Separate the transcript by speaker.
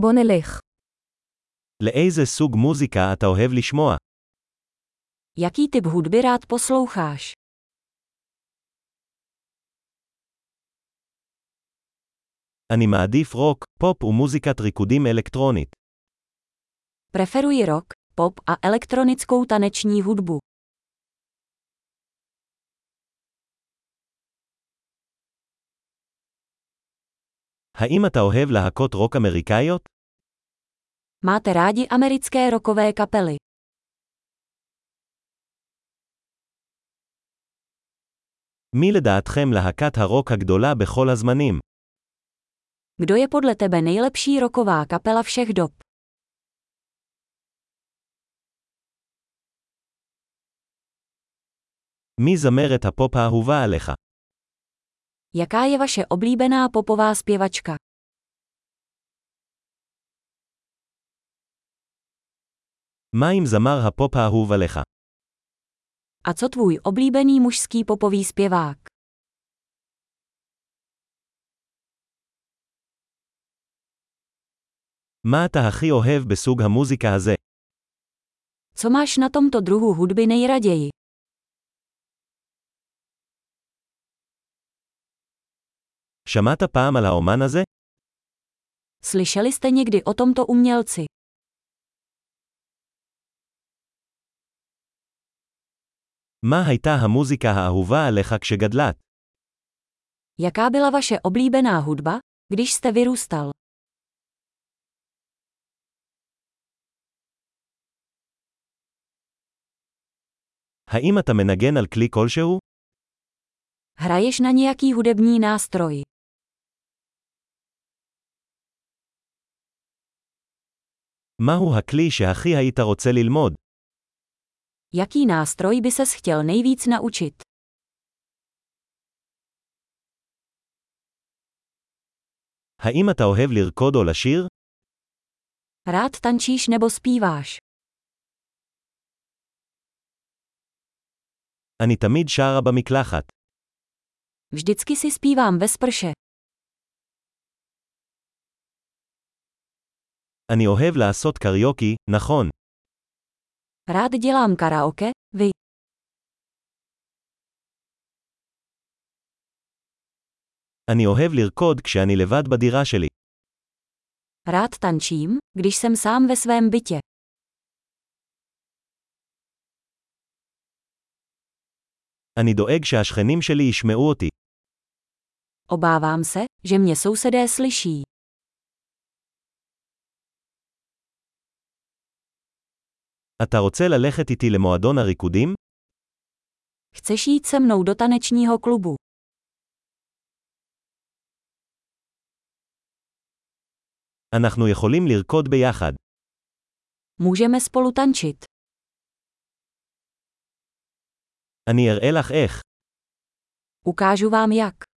Speaker 1: בוא נלך.
Speaker 2: לאיזה סוג מוזיקה אתה אוהב לשמוע?
Speaker 1: Jaký typ hudby rád posloucháš?
Speaker 2: אני מעדיף רוק, פופ ומוזיקת ריקודים אלקטרונית.
Speaker 1: Preferuji rock, pop a elektronickou taneční hudbu.
Speaker 2: האם אתה אוהב להקות רוק אמריקאיות?
Speaker 1: Máte rádi americké rokové kapely?
Speaker 2: מי לדעתכם להקת הרוק הגדולה בכל הזמנים?
Speaker 1: Kdo je podle tebe nejlepší roková kapela všech dob?
Speaker 2: מי זמרת הפופ האהובה עליך?
Speaker 1: Jaká je vaše oblíbená popová zpěvačka?
Speaker 2: מה עם זמר הפופ האהוב עליך?
Speaker 1: A co tvůj oblíbený mužský popový zpěvák?
Speaker 2: מה אתה הכי אוהב בסוג המוזיקה הזה?
Speaker 1: Co máš na tomto druhu hudby nejraději?
Speaker 2: שמעת פעם על האומן הזה?
Speaker 1: Slyšeli jste někdy o tomto umělci?
Speaker 2: מה הייתה המוזיקה האהובה עליך כשגדלת?
Speaker 1: Jaká byla vaše oblíbená hudba, když jste vyrůstal?
Speaker 2: האם אתה מנגן על כלי כלשהו?
Speaker 1: Hraješ na nějaký hudební nástroj?
Speaker 2: מהו הכלי שהכי היית רוצה ללמוד?
Speaker 1: Jaký nástroj by ses chtěl nejvíc naučit?
Speaker 2: האם אתה אוהב לרקוד או לשיר?
Speaker 1: Rád tančíš nebo zpíváš?
Speaker 2: אני תמיד שרה במקלחת.
Speaker 1: Vždycky si zpívám ve sprše.
Speaker 2: אני אוהב לעשות קריוקי, נכון.
Speaker 1: Rád dělám karaoke, vy.
Speaker 2: אני אוהב לרקוד כשאני לבד בדירה שלי.
Speaker 1: Rád tančím, když jsem sám ve svém bytě.
Speaker 2: אני דואג שהשכנים שלי ישמעו אותי.
Speaker 1: Obávám se, že mě sousedé slyší.
Speaker 2: אתה רוצה ללכת איתי למועדון הריקודים?
Speaker 1: Chceš jít se mnou do tanečního klubu?
Speaker 2: אנחנו יכולים לרקוד ביחד.
Speaker 1: Můžeme spolu tančit.
Speaker 2: אני אראה לך איך.
Speaker 1: Ukážu vám jak.